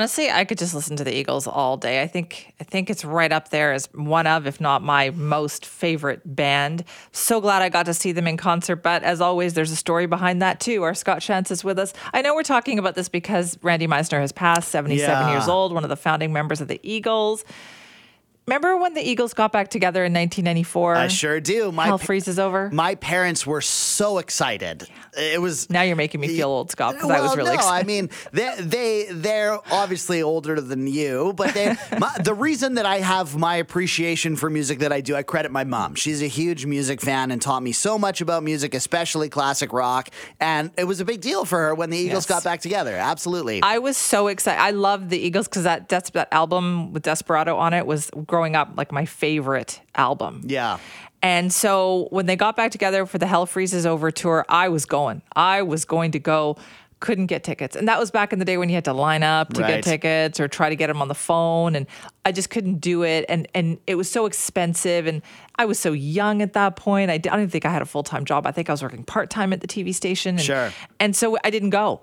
Honestly, I could just listen to the Eagles all day. I think I think it's right up there as one of, if not my most favorite band. So glad I got to see them in concert. But as always, there's a story behind that too. Our Scott Shantz is with us. I know we're talking about this because Randy Meisner has passed, 77 Yeah. years old, one of the founding members of the Eagles. Remember when the Eagles got back together in 1994? I sure do. My Hell pa- freezes over. My parents were so excited. It was now you're making me feel old, Scott, because I was Well, really no, excited. I mean, they they they're obviously older than you, but they my, the reason that I have my appreciation for music that I do, I credit my mom. She's a huge music fan and taught me so much about music, especially classic rock, and it was a big deal for her when the Eagles Yes. got back together. Absolutely. I was so excited. I loved the Eagles because that Des- that album with Desperado on it was growing up like my favorite album. yeah. And so when they got back together for the Hell Freezes Over tour, I was going. I was going to go. Couldn't get tickets. And that was back in the day when you had to line up to get Right. tickets or try to get them on the phone. And I just couldn't do it. And and it was so expensive. And I was so young at that point. I d- I don't even think I had a full time job. I think I was working part time at the TV station. And, Sure. And so I didn't go.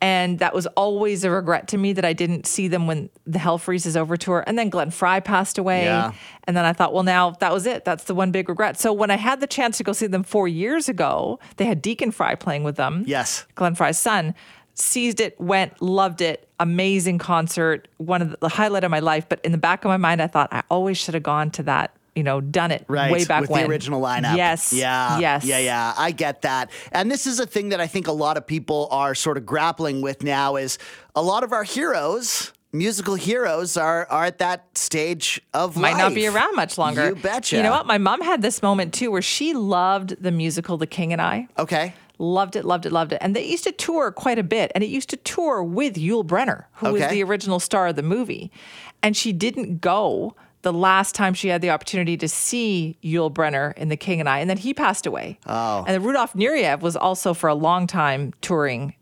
And that was always a regret to me that I didn't see them when the Hell Freezes Over tour. And then Glenn Fry passed away. Yeah. And then I thought, well, now that was it. That's the one big regret. So when I had the chance to go see them four years ago, they had Deacon Fry playing with them. Yes. Glenn Fry's son seized it, went, loved it. Amazing concert, one of the, the highlight of my life. But in the back of my mind, I thought I always should have gone to that. You know, done it Right. way back with when the original lineup. Yes. Yeah. Yes. Yeah. Yeah. I get that. And this is a thing that I think a lot of people are sort of grappling with now is a lot of our heroes, musical heroes, are are at that stage of might life. not be around much longer. You betcha. You know what? My mom had this moment too where she loved the musical The King and I. Okay. Loved it, loved it, loved it. And they used to tour quite a bit. And it used to tour with Yul Brenner, who was Okay. the original star of the movie. And she didn't go the last time she had the opportunity to see Yul Brenner in The King and I. And then he passed away. Oh. And then Rudolf Nureyev was also for a long time touring.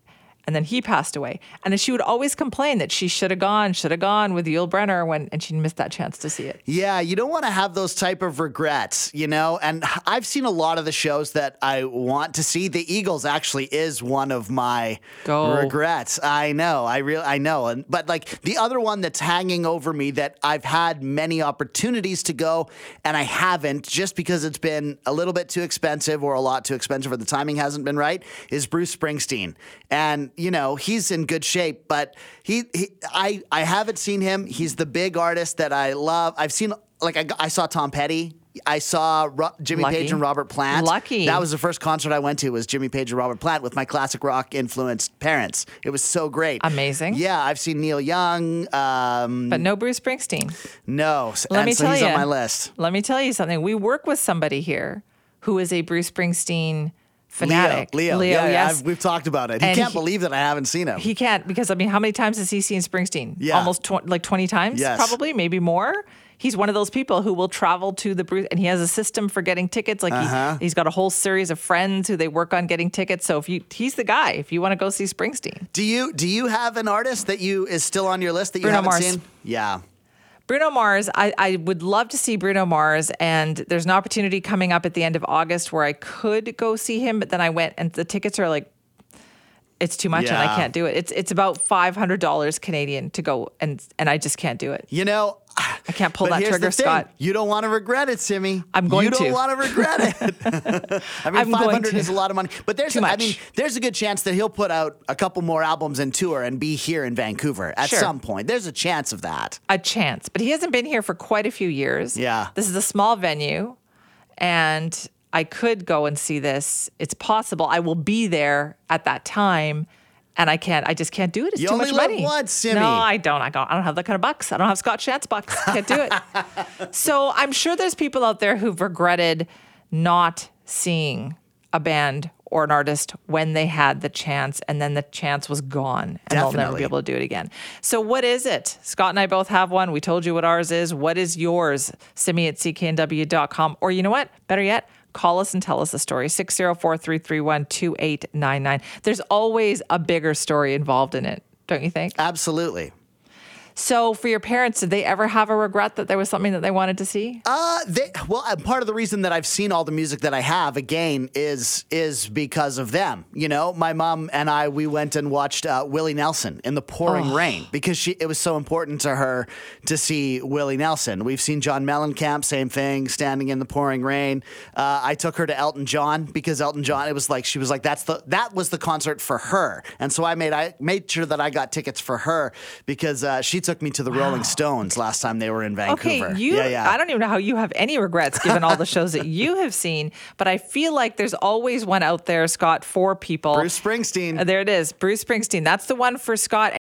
And then he passed away. And then she would always complain that she should have gone, should have gone with Yul Brenner when, and she missed that chance to see it. Yeah, you don't want to have those type of regrets, you know? And I've seen a lot of the shows that I want to see. The Eagles actually is one of my Go. regrets. I know. I real I know. And but like the other one that's hanging over me that I've had many opportunities to go and I haven't just because it's been a little bit too expensive or a lot too expensive or the timing hasn't been right is Bruce Springsteen. And you know, he's in good shape, but he, he I I haven't seen him. He's the big artist that I love. I've seen like I, I saw Tom Petty. I saw Ro- Jimmy Lucky. Page and Robert Plant. Lucky. That was the first concert I went to was Jimmy Page and Robert Plant with my classic rock influenced parents. It was so great. Amazing. Yeah, I've seen Neil Young. Um, But no Bruce Springsteen. no, s- Let and me so tell he's you. on my list. Let me tell you something. We work with somebody here who is a Bruce Springsteen fanatic. Leo, Leo, yeah, yeah, yes. I've- we've talked about it. He And can't he- believe that I haven't seen him. he can't because I mean, how many times has he seen Springsteen? Yeah. almost tw- like twenty times, Yes. probably, maybe more. He's one of those people who will travel to the Bruce, and he has a system for getting tickets. Like Uh-huh. he, he's got a whole series of friends who they work on getting tickets. So if you, he's the guy. If you want to go see Springsteen, do you do you have an artist that you is still on your list that you Bruno haven't Mars. seen? Yeah. Bruno Mars, I, I would love to see Bruno Mars, and there's an opportunity coming up at the end of August where I could go see him, but then I went and the tickets are like, it's too much and I Yeah. can't do it. It's it's about five hundred dollars Canadian to go and and I just can't do it. You know, I can't pull but that here's trigger, the thing. Scott. You don't want to regret it, Simi. I'm going You don't to. want to regret it. I mean, I'm going 500 to. is a lot of money, but there's, Too I much. mean, there's a good chance that he'll put out a couple more albums and tour and be here in Vancouver at Sure. some point. There's a chance of that. A chance. But he hasn't been here for quite a few years. Yeah. This is a small venue and I could go and see this. It's possible. I will be there at that time. And I can't. I just can't do it. It's You too only much live money. once, Simi. No, I don't. I don't. I don't have that kind of bucks. I don't have Scott Shantz bucks. Can't do it. so I'm sure there's people out there who've regretted not seeing a band or an artist when they had the chance, and then the chance was gone, and they'll never Definitely. be able to do it again. So what is it? Scott and I both have one. We told you what ours is. What is yours? Send me at cknw.com. Or you know what? Better yet, call us and tell us the story. 604-331-2899. There's always a bigger story involved in it, don't you think? Absolutely. So, for your parents, did they ever have a regret that there was something that they wanted to see? Uh, they, well, uh, part of the reason that I've seen all the music that I have again is is because of them. You know, my mom and I we went and watched uh, Willie Nelson in the pouring rain because she it was so important to her to see Willie Nelson. We've seen John Mellencamp, same thing, standing in the pouring rain. Uh, I took her to Elton John because Elton John. It was like she was like that's the that was the concert for her, and so I made I made sure that I got tickets for her because uh, she took me to the Rolling Stones last time they were in Vancouver. Okay, you. yeah, yeah. I don't even know how you have any regrets given all the shows that you have seen, but I feel like there's always one out there, Scott, for people. Bruce Springsteen. Uh, There it is, Bruce Springsteen. That's the one for Scott.